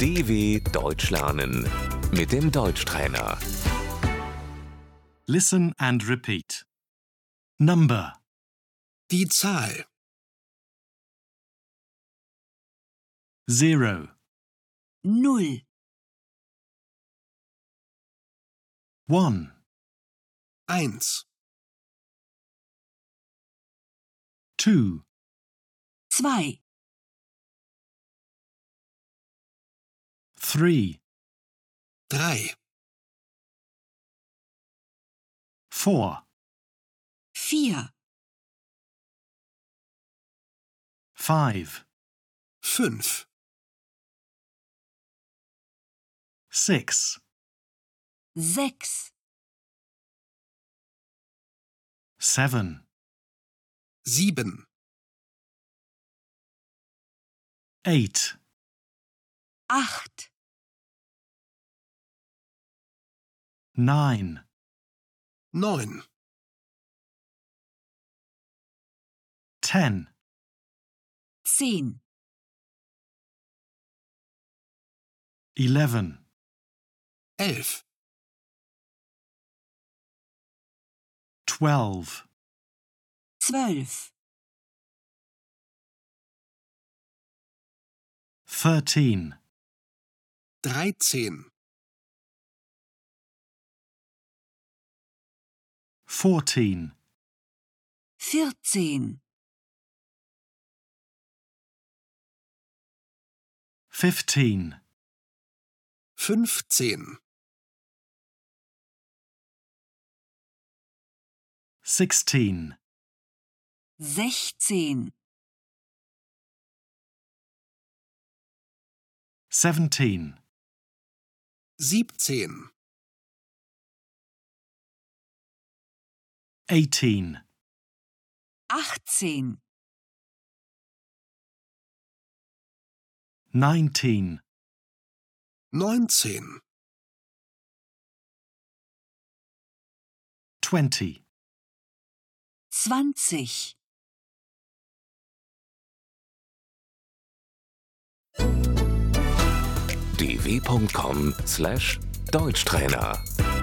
DW Deutsch lernen mit dem Deutschtrainer. Listen and repeat. Number Die Zahl 0, Null, 1, 1, 2, zwei, 3, 3, 4, vier, 5, 5, 6, sechs, 7, 7, 8, acht, 9, 9, 10, zehn, 11, 11, 12, zwölf, 13, 13, 14, vierzehn, 15, 15, 16, sechzehn, 17, 17, 18, achtzehn, 19, 19, 20, zwanzig. dw.com/deutschtrainer